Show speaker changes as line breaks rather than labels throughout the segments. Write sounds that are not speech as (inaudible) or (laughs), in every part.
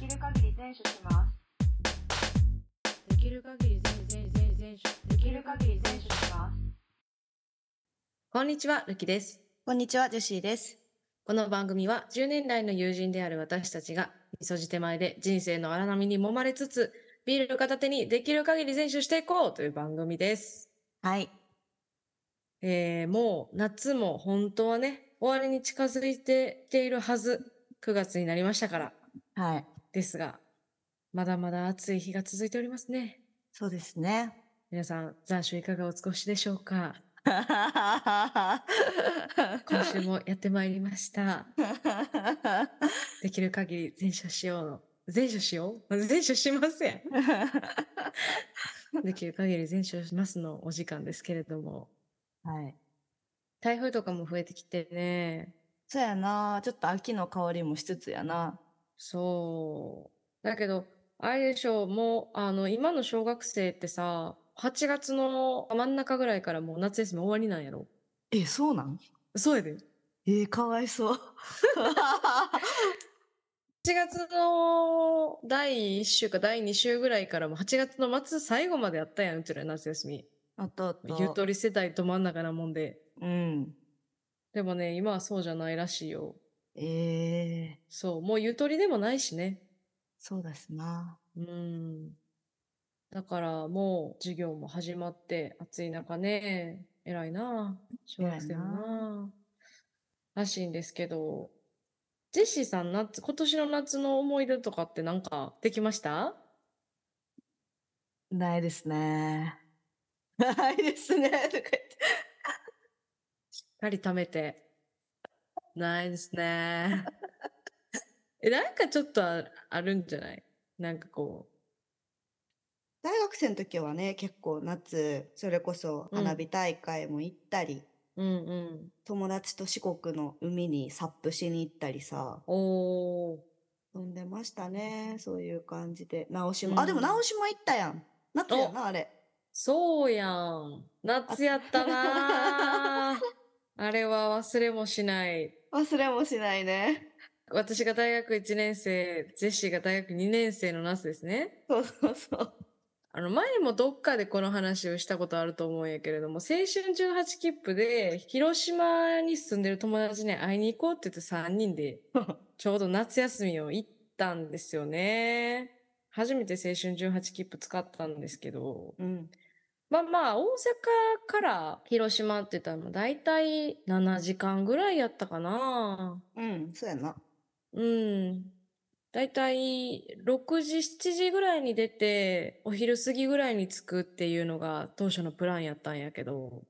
全種します
できる限り全全全全
できる限り全種します
こんにちは、るきです。
こんにちは、ジェシーです。
この番組は10年来の友人である私たちが、みそじ手前で人生の荒波に揉まれつつ、ビール片手にできる限り全集していこうという番組です。
はい。
えー、もう夏も本当はね、終わりに近づいてきているはず、9月になりましたから、
はい。
ですが、まだまだ暑い日が続いておりますね。
そうです (laughs) ね。
皆さん、残暑いかがお過ごしでしょうか今
今
週もやってまいりました。できる限り全書しようの。全書しよう全書しません。できる限り全書しますのお時間ですけれども。
はい。
台風とかも増えてきてね。
そうやな。ちょっと秋の香りもしつつやな。
そう。だけど、あれでしょう、もう、あの、今の小学生ってさ、8月の真ん中ぐらいからもう夏休み終わりなんやろ。
え、そうなん
そうやで。
(laughs) えー、かわいそう。 (laughs)
8月の第1週か第2週ぐらいからも8月の末最後までやったやん、うちら夏休み。
あとあと。
ゆとり世代ど真ん中なもんで。
うん。
でもね、今はそうじゃないらしいよ。
えー、
そう、もうゆとりでもないしね。
そうですな。
うん。だからもう授業も始まって、暑い中ね、偉いなあ、小学生も
偉い
なあ。らしいんですけど、ジェシーさん、夏、今年の夏の思い出とかってなんかできました
ないですね。 (laughs) ないですね。と (laughs) か言って。
二人貯めて。ないですね。え、なんかちょっとああるんじゃないなんかこ
大学生の時はね、結構夏、それこそ花火大会も行ったり、
う、うんうん。
友達と四国の海にサップしに行ったりさ、
おー。
飛んでましたね。そういう感じで。直島。あ、でも
うん
直島行ったやん。夏やな、あれ。
そうやん。夏やったな (laughs) あ。あれは忘れもしない。
忘れもしないね。
私が大学1年生、ジェシーが大学2年生の夏ですね。
そうそうそう。
あの、前もどっかでこの話をしたことあると思うんやけれども、青春18切符で、広島に住んでる友達に会いに行こうって言って3人で、ちょうど夏休みを行ったんですよね。初めて青春18切符使ったんですけど、
うん。
まあまあ、大阪から広島って言ったら、まあ大体7時間ぐらいやったかな。
うん、そうやな。
うん。大体6時、7時ぐらいに出て、お昼過ぎぐらいに着くっていうのが当初のプランやったんやけど、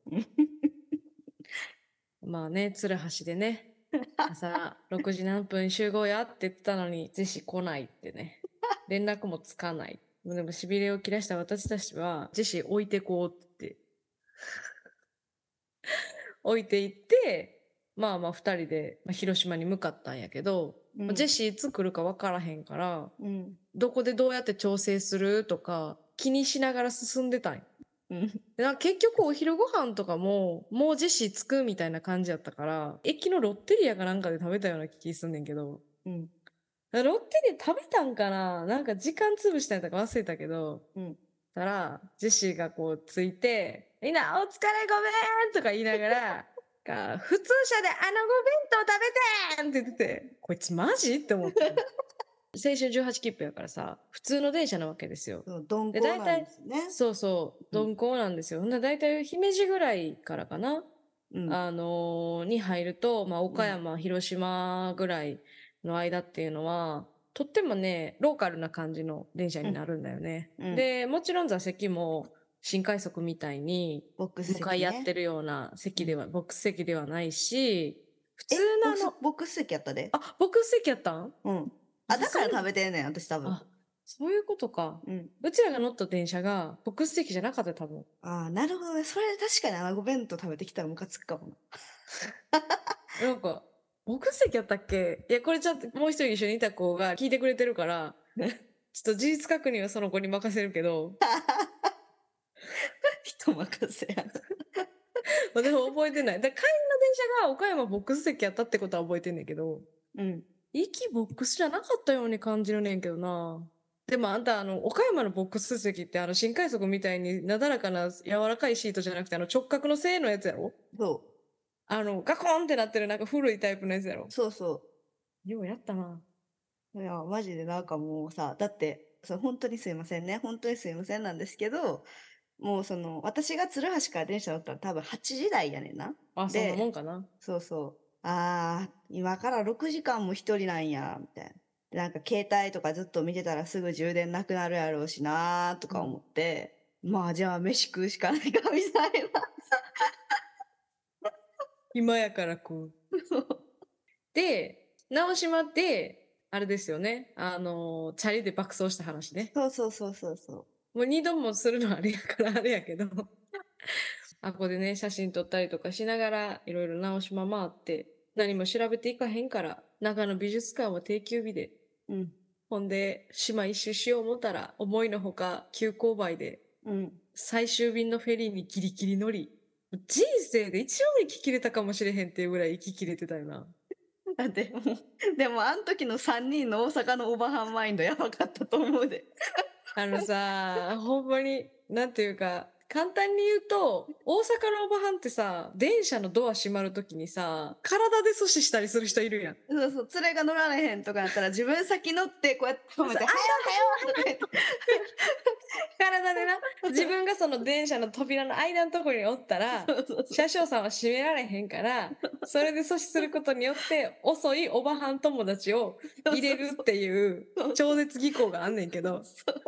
まあね、鶴橋でね、朝6時何分集合やって言ってたのに、ジェシー来ないってね、連絡もつかない。でも痺れを切らした私たちは、ジェシー置いてこうって。置いていって、まあまあ2人でまあ広島に向かったんやけど、
うん
ジェシーいつ来るか分からへんから、
うん。
どこでどうやって調整するとか、気にしながら進んでたんよ
うん。
でなんか結局お昼ご飯とかも、もうジェシー着くみたいな感じやったから、駅のロッテリアかなんかで食べたような気すんねんけど、
うん。
ロッテリア食べたんかななんか時間潰したんやったか忘れたけど、
うん
たら、ジェシーがこう着いて、みんなお疲れごめんとか言いながら、が普通車であのご弁当食べてんって言ってて、こいつマジって思って。青春18切符やからさ、普通の電車なわけですよ。
そう、鈍
で
行
大
な
体
んですね。
そうそう、
うん
鈍行なんですよ。ほんなら大体姫路ぐらいからかな、
うん。
あのーに入ると、まあ、岡
うん
山、広島ぐらいの間っていうのは、とってもね、ローカルな感じの電車になるんだよね。
うんうん
で、もちろん座席も新快速みたいに、
ボックス
向
席、ね。
かい合って
る。
るような席では、ボックス席ではないし、普
え
通のあの、
ボックス席やったで。
あ、ボックス席やったん
うん。あ、だから
そう
食べてんねん、私多分
あ。そういうことか。
うん。
うちらが乗った電車が、ボックス席じゃなかった、多分。
あーなるほどね。それ確かに穴子弁当食べてきたらムカつくかもな。 (laughs)
なんか、ボックス席やったっけいや、これちょっともう一人一緒にいた子が聞いてくれてるから、ちょっと事実確認はその子に任せるけど、 (laughs)
人任せやな。
私も覚えてない。だから帰りの電車が岡山ボックス席やったってことは覚えてんねんけど、
うん。
息ボックスじゃなかったように感じるねんけどな。でもあんた、あの、岡山のボックス席って、あの、新快速みたいになだらかな柔らかいシートじゃなくて、あの、直角のせいのやつやろ
そ
あの、ガコンってなってる、なんか古いタイプのやつやろ
う、そうそ
ようやったな。
う。いや、マジでなんかもうさ、だって、そう、本当にすいませんね。本当にすいませんなんですけど、もうその、私が鶴橋から電車乗ったの多分8時台やねんな。
あ、そ
で
んなもんかな。
そうそう。ああ、今から6時間も一人なんや、みたいな。でなんか携帯とかずっと見てたらすぐ充電なくなるやろうしなーとか思って、まあじゃあ飯食うしかないか、みたいな。
今やからこう。
そう
で、直島って、あれですよね。あの、チャリで爆走した話ね。
そうそうそうそうそ
もう二度もするのはあれやからあれやけど。あ、ここでね、写真撮ったりとかしながら、いろいろ直島回って、何も調べていかへんから、中の美術館は定休日で、
う。うん。
ほんで、島一周しよう思ったら、思いのほか急勾配で、
うん。
最終便のフェリーにギリギリ乗り、人生で一応生き切れたかもしれへんっていうぐらい生き切れてたよな。
だってもう、でもあの時の3人の大阪のオバハンマインドやばかったと思うで。
あのさ、ほんまに、なんていうか、簡単に言うと、大阪のおばはんってさ、電車のドア閉まるときにさ、体で阻止したりする人いるやん。
そうそう、連れが乗られへんとかやったら自分先乗ってこうやって止めて、はよはよとか言って
体でな、 (laughs) 自分がその電車の扉の間のところにおったら、
そうそうそう
車掌さんは閉められへんから、それで阻止することによって、遅いおばはん友達を入れるっていう
そうそう
超絶技巧があんねんけど、
そう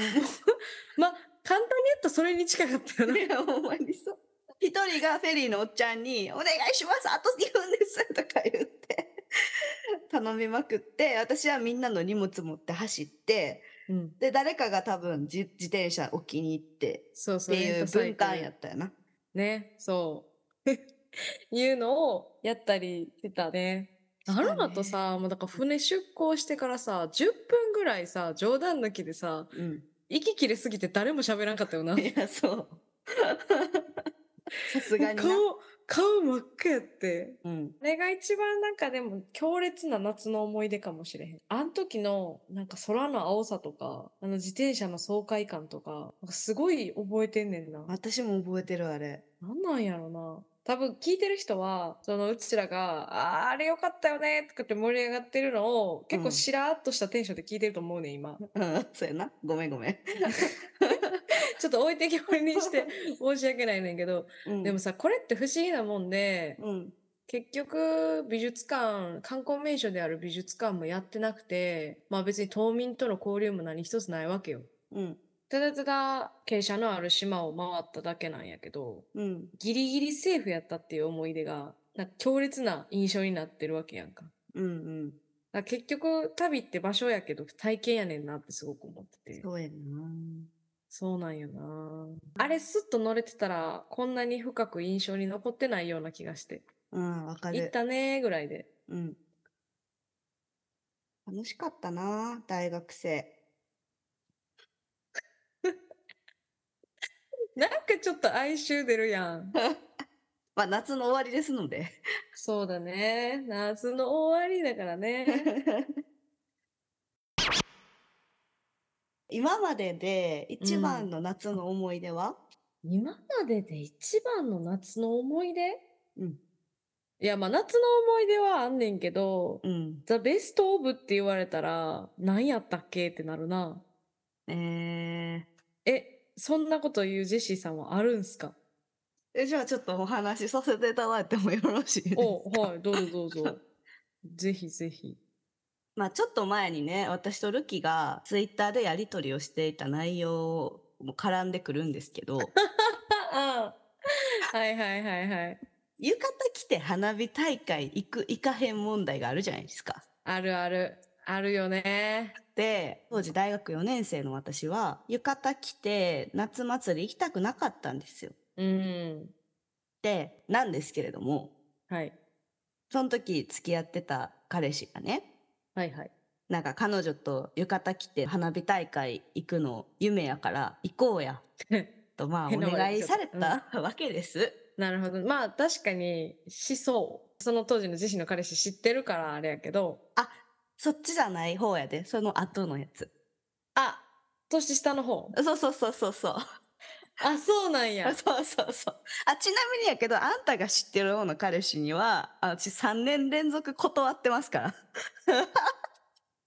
(laughs) まあ、簡単に言うとそれに近かったよな。
いや、ほんまにそう。一人がフェリーのおっちゃんに、お願いしますあと2分ですとか言って、頼みまくって、私はみんなの荷物持って走って、
うん。
で、誰かが多分自自転車置きに行って、
そう
っ
そう。
てい
レン
う
タサ
分
イクル
担やったよな。
ね、そう。 (laughs) いうのをやったりしてたね。あの後
そうね、
さ、もうだから船出港してからさ、10分ぐらいさ、冗談抜きでさ、息切れすぎて誰も喋らんかったよな
うん。。いや、 (laughs) そう。さすがにな。
顔、顔真っ赤やって。
うん。
あれが一番なんかでも強烈な夏の思い出かもしれへん。あの時のなんか空の青さとか、あの自転車の爽快感とか、なんかすごい覚えてんねんな。
私も覚えてる、あれ。
なんなんやろな。多分聞いてる人は、そのうちらが、あーあれよかったよねとかって盛り上がってるのを、結
う
構
ん
しらーっとしたテンションで聞いてると思うねん、
(laughs)
今。
うん、そうやな。ごめんごめん。
ちょっと置いてきぼりに
(laughs)
して申し訳ないねんけど、
うん、
でもさ、これって不思議なもんで、
うん。
結局美術館、観光名所である美術館もやってなくて、まあ別に島民との交流も何一つないわけよ。
うん。
ただただ傾斜のある島を回っただけなんやけど、
うん。
ギリギリセーフやったっていう思い出が、なんか強烈な印象になってるわけやんか。だか
うん。
ら結局、旅って場所やけど、体験やねんなってすごく思って
うん。
て。
そうやな。
そうなんよなあれスッと乗れてたら、こんなに深く印象に残ってないような気がして。
うん、わか
行っ
る。
たねーぐらいで。
うん。楽しかったな、大学生。
なんかちょっと哀愁出るや
(laughs)
ん。
まあ、夏の終わりですので。
そうだね。夏の終わりだからね。
(laughs) 今までで一
うん
番の夏の思い出は、
今までで一番の夏の思い出
うん。
いや、まあ夏の思い出はあんねんけど、
うん。
ザ・ベスト・オブって言われたら、何やったっけってなるな。
え
え、そんなこと言うジェシーさんはあるんすか
ー、えじゃあちょっとお話しさせていただいてもよろしい
(laughs)
ですか
おはい、どうぞどうぞ。 (laughs) ぜひぜひ。
まあちょっと前にね、私とルキがツイッターでやり取りをしていた内容も絡んでくるんです
(laughs)
けど、
ああ。 (laughs) はいはいはいはい。
浴衣着て花火大会行く行かへん問題があるじゃないですか。
あるある。あるよね。
で、当時大学4年生の私は、浴衣着て夏祭り行きたくなかったんですよ。
うん。
で、なんですけれども、
はい。
その時付き合ってた彼氏がね、
はいはい。 (laughs)
なんか彼女と浴衣着て花火大会行くの夢やから行こうや、とまあお
変なこと
願い
言っちゃっ
され
た
たわけです。
なるほど。まあ確かに、しそう。その当時のジェシーの彼氏知ってるからあれやけど、
そっちじゃない方やで、その後のやつ。
あ、年下の方。
そうそうそうそうそう。
あ、そうなんや。
そうそうそう。あ、ちなみにやけど、あんたが知ってる方の彼氏には、あうち3年連続断ってますから。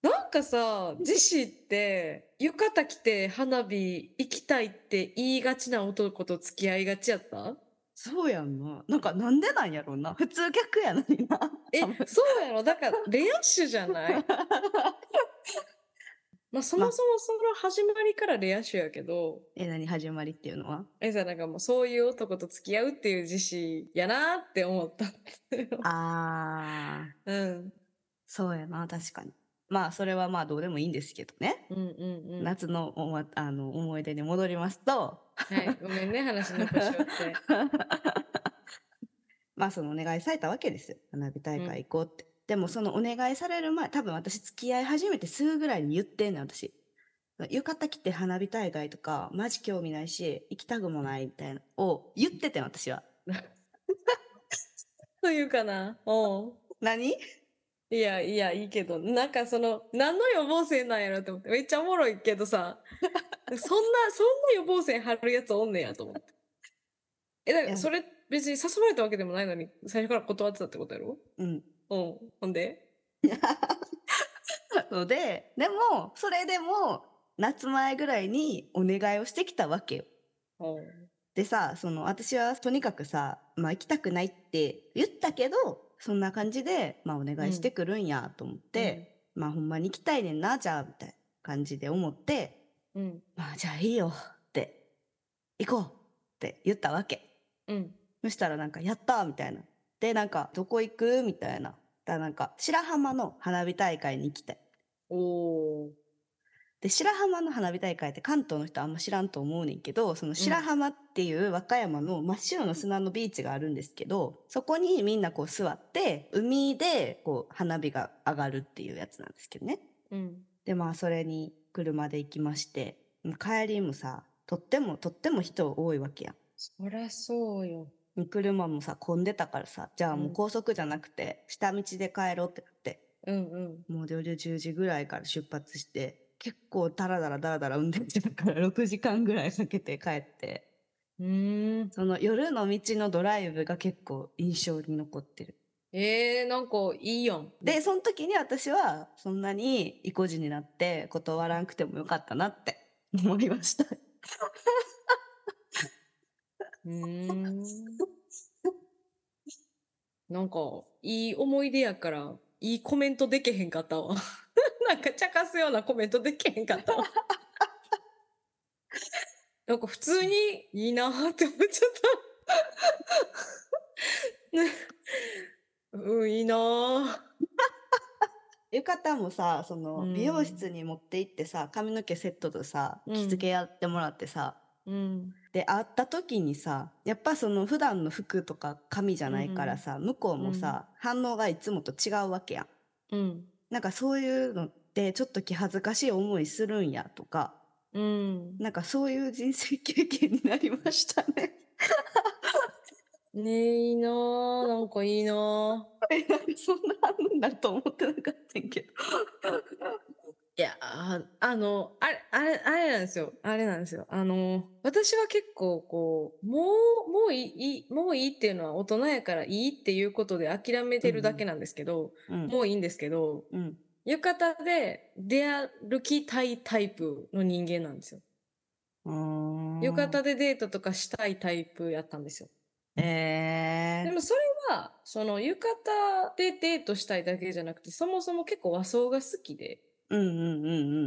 なんかさ、ジシーって、浴衣着て花火行きたいって言いがちな男と付き合いがちやった
そうやんな。なんかなんでなんやろうな。普通逆やのにな。
え
多分、
そうやろだから、レア種じゃないまあ、そもそもその始まりからレア種やけど、
(laughs) え、何始まりっていうのは
えさ、なんかもうそういう男と付き合うっていう自信やなって思ったって。
あー、
うん。
そうやな。確かに。まあ、それはまあどうでもいいんですけどね。
うんうんうん。は
夏のおまあの思い出に戻りますと、
い。ごめんね、話残しち
(laughs)
ゃって。
まあそのお願いされたわけですよ。花火大会行こうって。でもそのお願いされる前、多分私付き合い始めてすぐぐらいに言ってんねん、私。浴衣着て花火大会とか、マジ興味ないし、行きたくもないみたいな、を言っててん、私は。
というかな。おう
何
いや、いや、いいけど、なんかその、何の予防線なんやろって思って、めっちゃおもろいけど (laughs) さ、そんな、そんな予防線張るやつおんねやと思って。え、だか
いや
らそれ別に誘われたわけでもないのに、最初から断ってたってことやろ
うん。
うん。ほんで
ので、でも、それでも、夏前ぐらいにお願いをしてきたわけよ。
うん。
でさ、その、私はとにかくさ、まあ行きたくないって言ったけど、そんな感じで、まあお願いしてくるんやと思って、まあほんまに行きたいねんな、じゃあ、みたいな感じで思って、
うん、うん。
まあじゃあいいよって、行こうって言ったわけ。
うん。
そしたらなんか、やったーみたいな。で、なんか、どこ行くみたいな。だからなんか、白浜の花火大会に行きたい。
おー。
で、白浜の花火大会って関東の人あんま知らんと思うねんけど、その白浜っていう和歌山の真っ白の砂のビーチがあるんですけど、そこにみんなこう座って、海でこう花火が上がるっていうやつなんですけどね。
うん。
でまあそれに車で行きましてもう帰りもさとってもとっても人多いわけや
そりゃそうよ。
ん車もさ混んでたからさじゃあもう
うん
高速じゃなくて下道で帰ろうってなって、
うんうん。
もう夜10時ぐらいから出発して結構ダラダラダラダラ運転してたから6時 (laughs) 間ぐらいかけて帰って
うーん。
その夜の道のドライブが結構印象に残ってる
えー、なんかいいやん。
でその時に私はそんなに意固地になって断らなくてもよかったなって思いました
うーん。なんか、いい思い出やから、いいコメントでけへんかったわ。 (laughs) なんか、茶化すようなコメントでけへんかったわ。 (laughs) なんか、普通にいいなーって思っちゃった。 (laughs) うん、いいなー。
浴衣もさその
うん
美容室に持って行ってさ、髪の毛セットとさ
うん
着付けやってもらってさ、
うん。
で会った時にさやっぱその普段の服とか髪じゃないからさ、向こうもさ、反応がいつもと違うわけやん。
うん。
なんかそういうのってちょっと気恥ずかしい思いするんやとか
うん。
なんかそういう人生経験になりましたね。 (laughs)
ねえ、いいなー。なんかいいなー。
えなんかそんな反応になると思ってなかったんやけど。
いや、ああの、あれ、あれ、あれなんですよ。あれなんですよ。あの、私は結構、こう、もう、もういいいい、もういいっていうのは大人やからいいっていうことで諦めてるだけなんですけど、
うん
もういいんですけど、
うん、
浴衣で出歩きたいタイプの人間なんですよ。
うーん
浴衣でデートとかしたいタイプやったんですよ。
え
で
ー、
もそれは、その浴衣でデートしたいだけじゃなくて、そもそも結構和装が好きで、
うんうんう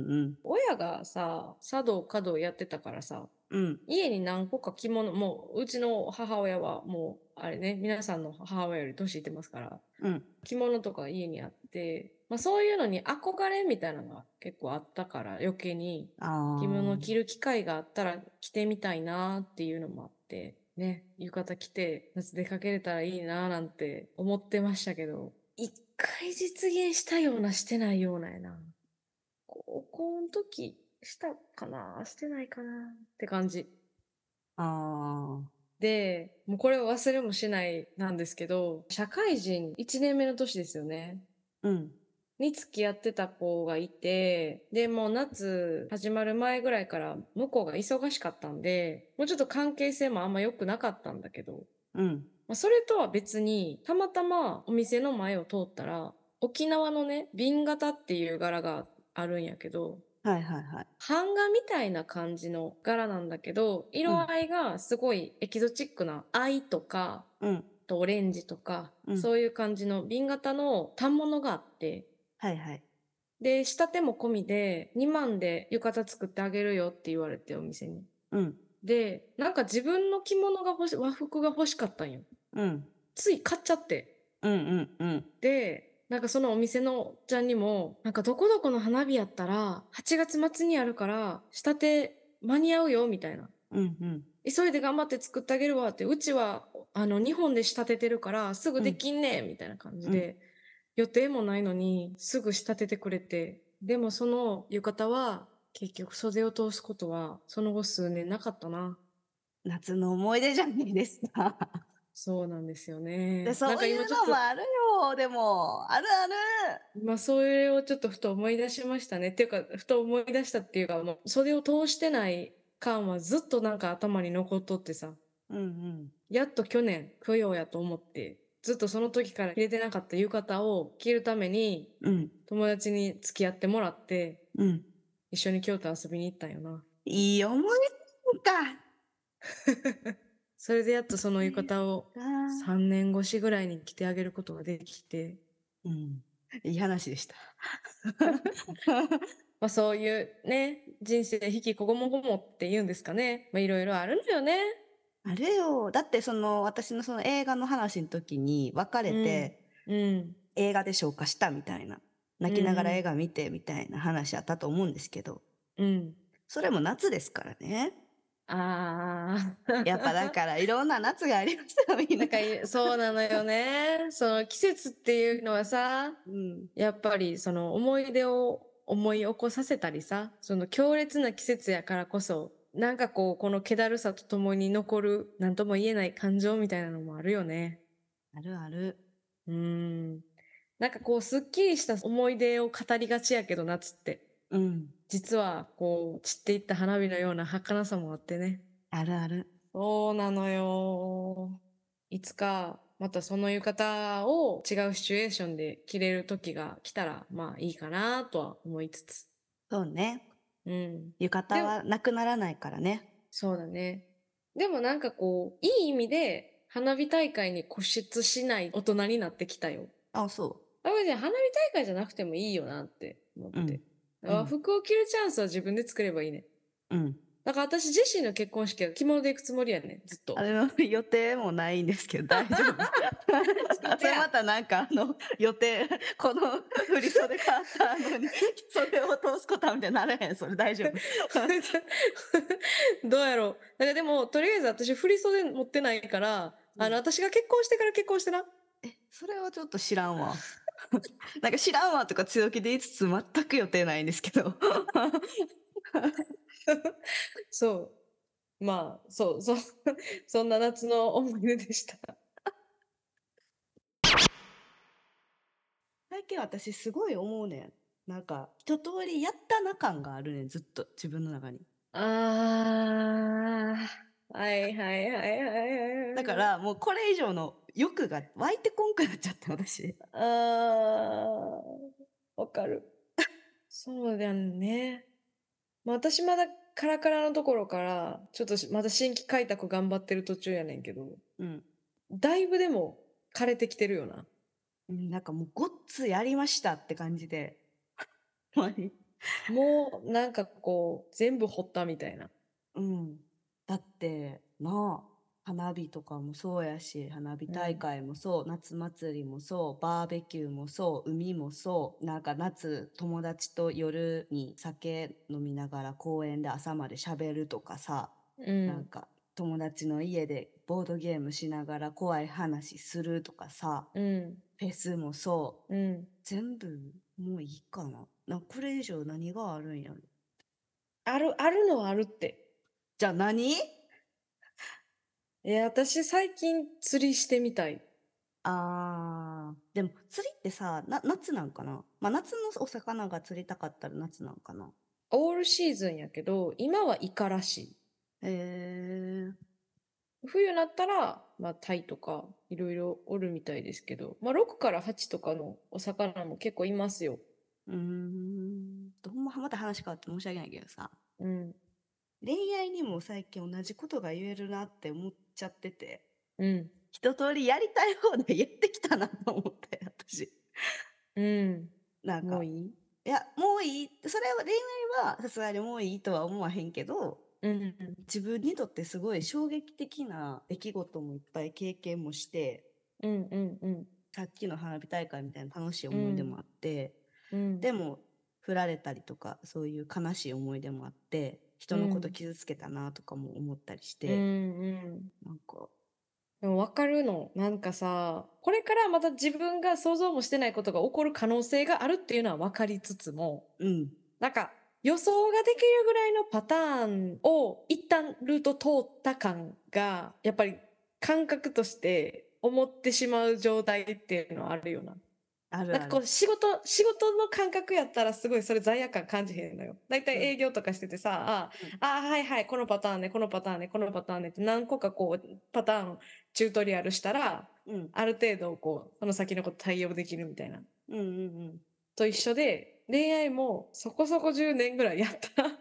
んうん
親がさ、茶道華道やってたからさ、
うんうん
家に何個か着物、もう、うちの母親はもう、あれね、皆さんの母親より年いってますから、
うん
着物とか家にあって、まあそういうのに憧れみたいなのが結構あったから、余計に
あー
着物着る機会があったら着てみたいなっていうのもあって、ね、浴衣着て夏出かけれたらいいななんて思ってましたけど、一回実現したようなしてないようなやな。高校の時したかなしてないかなって感じ。
あ
で、もうこれは忘れもしないなんですけど、社会人1年目の年ですよね。
あ。うん。
に付き合ってた子がいて、で、もう夏始まる前ぐらいから向こうが忙しかったんで、もうちょっと関係性もあんま良くなかったんだけど、
うん。
まあ、それとは別に、たまたまお店の前を通ったら、沖縄のね、瓶型っていう柄があるんやけど、
はいはいはい。
版画みたいな感じの柄なんだけど、色合いがすごいエキゾチックな藍とか、
うん。
あとオレンジとか、
うん
そういう感じの瓶型の反物があって、
はいはい。
で、仕立ても込みで2万で浴衣作ってあげるよって言われてお店に。
うん。
で、なんか自分の着物が欲し、和服が欲しかったんよ。
うん。
つい買っちゃって。
うんうんうん。
で、なんかそのお店のおっちゃんにも、なんかどこどこの花火やったら、8月末にあるから、仕立て間に合うよ、みたいな。
うんうん。
急いで頑張って作ってあげるわって、うちは、あの、日本で仕立ててるから、すぐできんねんみたいな感じで、予定もないのに、すぐ仕立ててくれて、でもその浴衣は、結局袖を通すことは、その後数年なかったな。
夏の思い出じゃないですか。
そうなんですよね。
でそう
なんか
いう
今ちょっ
のもあるよ。でも、あるある。
と、まあ、それをちょっとふと思い出しましたね。っていうか、ふと思い出したっていうか、もう袖を通してない感はずっとなんか頭に残っとってさ。
うんうん。
やっと去年、供養やと思って、ずっとその時から着れてなかった浴衣を着るために、
うん。
友達に付き合ってもらって、
うん。
一緒に京都遊びに行ったんよ
(laughs)
な。
いい思い出か。
それでやっとその浴衣を
あ
3年越しぐらいに着てあげることができて、
ーうん。いい話でした。
まあそういうね、人生引きこごもごもって言うんですかね。まあいろいろあるのよね。
あれよ。だってその私のその映画の話の時に別れて、
うん。
映画で消化したみたいな。泣きながら
うんうん
映画見てみたいな話あったと思うんですけど、
うん。
それも夏ですからね。
ああ。
やっぱだ (laughs) からいろんな夏がありますよ、みん
(laughs) な。
なん
かそうなのよね。その季節っていうのはさ、
うん。
やっぱりその思い出を思い起こさせたりさ、その強烈な季節やからこそ、なんかこう、この気だるさとともに残る、なんとも言えない感情みたいなのもあるよね。
あるある。
うーん。なんかこう、すっきりした思い出を語りがちやけど、夏って。
うん。
実は、こう、散っていった花火のような儚さもあってね。
あるある。
そうなのよ。いつか、またその浴衣を違うシチュエーションで着れる時が来たら、まあいいかなとは思いつつ。
そうね。
うん。
浴衣はなくならないからね。
そうだね。でもなんかこう、いい意味で花火大会に固執しない大人になってきたよ。
あ、そ
あ、別に花火大会じゃなくてもいいよなって思って。
うん
和服を着るチャンスは自分で作ればいいね。
う。うん。
だから私自身の結婚式は着物で行くつもりやね、ずっと
あ。れの予定もないんですけ (laughs) ど、大丈夫。あそれまたなんかあの予定、この振り袖買ったの (laughs) に、それを通すことはみたいになれへん。それ大丈夫。
(laughs) どうやろう。だからでも、とりあえず私振り袖持ってないから、あの、
うん
私が結婚してから結婚してな。
え、それはちょっと知らんわ。 (laughs) なんか知らんわとか強気で言いつつ全く予定ないんですけど。
そう。まあ、そう、そう、 (laughs) そんな夏の思い出でした。
最近私すごい思うねん。なんか一通りやったな感があるねん、ずっと自分の中に。
ああ、はいはいはいはいはい。
だか、らもうこれ以上の欲が湧いてこんくなっちゃって私。
ああ、わかる。 (laughs) そうだね。まあ私まだカラカラのところから、ちょっとしまだ新規開拓頑張ってる途中やねんけど、
うん。
だいぶでも枯れてきてるよな。
うんなんかもうごっつやりましたって感じ (laughs) で。ほんまに
もうなんかこう、全部掘ったみたいな。
うん。だって、なあ、花火とかもそうやし、花火大会もそう、夏祭りもそう、バーベキューもそう、海もそう、なんか夏、友達と夜に酒飲みながら公園で朝まで喋るとかさ、
う
なん。か友達の家でボードゲームしながら怖い話するとかさ、
うん。
フェスもそ
う
う、
ん。
全部もういいかな。なこれ以上何があるんやろ。
ある、あるのはあるって。
じゃあ何
え、私最近釣りしてみたい。
あな。でも、釣りってさ、な、夏なんかなまあ、夏のお魚が釣りたかったら夏なんかな
オールシーズンやけど、今はイカらし
へえ。
い。冬になったら、まあ、タイとか、いろいろおるみたいですけど、まあ、6から8とかのお魚も結構いますよ。
うーん。とほんま、また話変わって申し訳ないけどさ、
うん。
恋愛にも最近同じことが言えるなって思っちゃってて、
うん。
一通りやりたい放題やってきたなと思って、私。
う
なん
ん。
か、
もう
い
いい
や、もういい。それは恋愛はさすがにもういいとは思わへんけど、
うん。
自分にとってすごい衝撃的な出来事もいっぱい経験もして、
うんうんうん。
さっきの花火大会みたいな楽しい思い出もあって、
うん、
でも、振られたりとか、そういう悲しい思い出もあって、人のこと傷つけたなとかも思ったりし
うん
て、
うん。
なんか、
でも分かるの。なんかさ、これからまた自分が想像もしてないことが起こる可能性があるっていうのは分かりつつも、
うん、
なんか予想ができるぐらいのパターンを一旦ルート通った感が、やっぱり感覚として思ってしまう状態っていうのはあるよな。
ある
なんか
ある
こ。う仕事、仕事の感覚やったらすごいそれ罪悪感感じへんのよ。だいたい営業とかしててさ、
うん
ああ、ああはいはい、このパターンね、このパターンね、このパターンねって何個かこう、パターン、チュートリアルしたら、
うん、
ある程度こう、その先のこと対応できるみたいな。
うん、うん、
と一緒で、恋愛もそこそこ10年ぐらいやったら、
うん。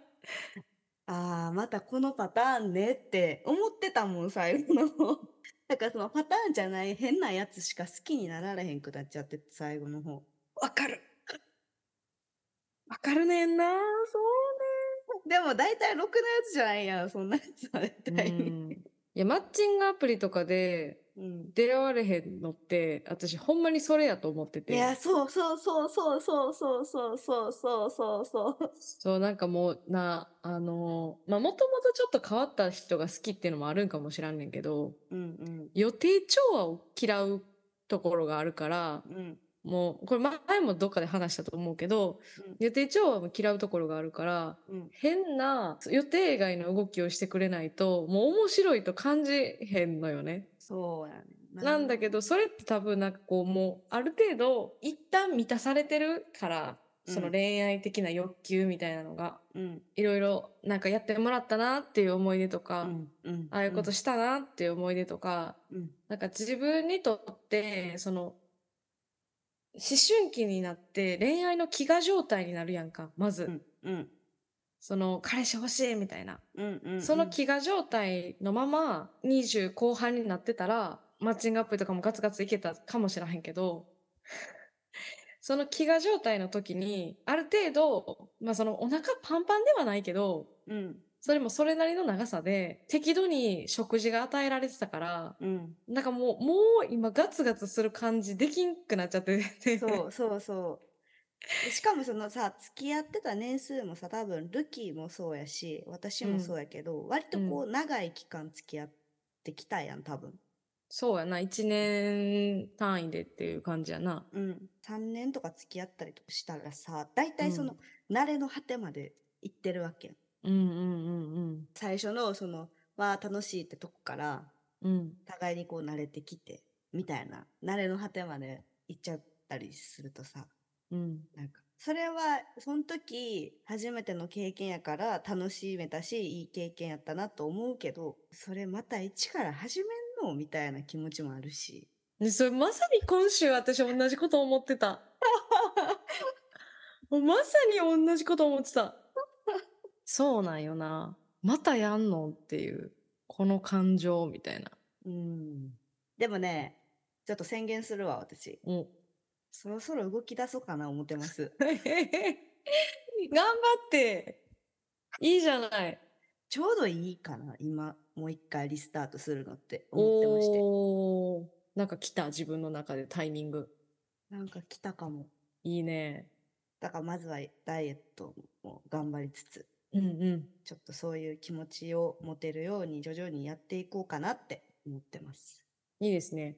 ああ、またこのパターンねって思ってたもん、最後の方。 (laughs) だからそのパターンじゃない変なやつしか好きになられへんくなっちゃってて、最後の方。
わかる。わかるねんな、そう
でも大体ろくなやつじゃないやん、そんなやつは絶対に。
いや、マッチングアプリとかで
うん
出会われへんのって、私ほんまにそれやと思ってて。
いや、そうそうそうそうそうそうそうそうそうそうそう。
そう、なんかもう、な、あのーまあ、もともとちょっと変わった人が好きっていうのもあるんかもしらんねんけど、
うん
予定調和を嫌うところがあるから、
うんうん
もう、これ前もどっかで話したと思うけど、
うん
予定調和も嫌うところがあるから、
うん
変な予定外の動きをしてくれないと、もう面白いと感じへんのよね。
そうやね
なんだけど、それって多分なんかこう、もう、ある程度、一旦満たされてるから、そうの
ん
恋愛的な欲求みたいなのが、
うん
いろいろなんかやってもらったなっていう思い出と
う
か、
んうん
ああいうこと
し
したなっていう思い出とか、
うん
なんか自分にとって、その、思春期になって恋愛の飢餓状態になるやんか、まず。
うんうん
その、彼氏欲しいみたいな。
うんうん
その飢餓状態のまま20後半になってたら、マッチングアプリとかもガツガツいけたかもしれへんけど、 (laughs) その飢餓状態の時に、ある程度、まあそのお腹パンパンではないけど、
うん
それもそれなりの長さで、適度に食事が与えられてたから、
うん
なんかもう、もう今ガツガツする感じできんくなっちゃって (laughs) て。
そうそうそうでしかもそのさ付き合ってた年数もさ多分ルキーもそうやし私もそうやけど、割とこう長い期間付き合ってきたやん多分
そうやな、1年単位でっていう感じやな。
うん、3年とか付き合ったりとかしたらさ大体その
う、
慣れの果てまで行ってるわけやん
うんうんうん
最初のそのわあ楽しいってとこから
うん。うん。
互いにこう慣れてきてみたいな慣れの果てまで行っちゃったりするとさ
うん。
なんかそれはその時初めての経験やから楽しめたしいい経験やったなと思うけどそれまた一から始めんのみたいな気持ちもあるし
で、それまさに今週私同じこと思って (laughs) た。もうまさに同じこと思ってた。そうなんよな。またやんのっていう、この感情みたいな。
うんでもねちょっと宣言するわ私。
(laughs) も
そろそろ動き出そうかな思ってます。
う頑張って。いいじゃない。
ちょうどいいかな今、もう一回リスタートするのって思ってまして。
おー。なんか来た、自分の中でタイミング。
なんか来たかも。
いいね。
だからまずはダイエットも頑張りつつ、
うんうん。
ちょっとそういう気持ちを持てるように徐々にやっていこうかなって思ってます。
いいですね。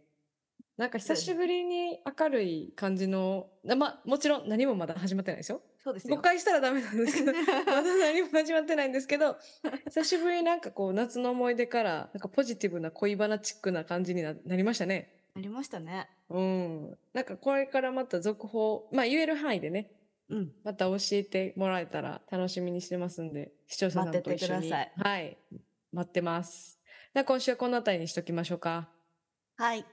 なんか久しぶりに明るい感じの、なまあもちろん何もまだ始まってないですよ。
そうです
誤解したらダメなん
(laughs)
ですけど、まだ何も始まってないんですけど、久しぶりになんかこう夏の思い出から、なんかポジティブな恋バナチックな感じにななりましたね。
ありましたね。
うん。なんかこれからまた続報、まあ言える範囲でね、
うん。
また教えてもらえたら楽しみにしてますんで、視聴者さんと一緒に。
待っててく
はい。待ってます。じゃあ今週はこの辺りにしときましょうか。
はい。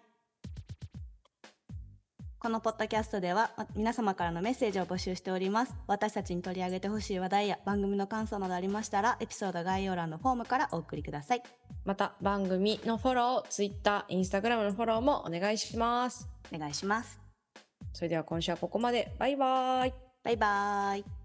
このポッドキャストではあ皆様からのメッセージを募集しております。私たちに取り上げてほしい話題や番組の感想などありましたら、エピソード概要欄のフォームからお送りください。
また番組のフォロー、Twitter、Instagram のフォローもお願いします。
お願いします。
それでは今週はここまで。バイバイ。
バイバーイ。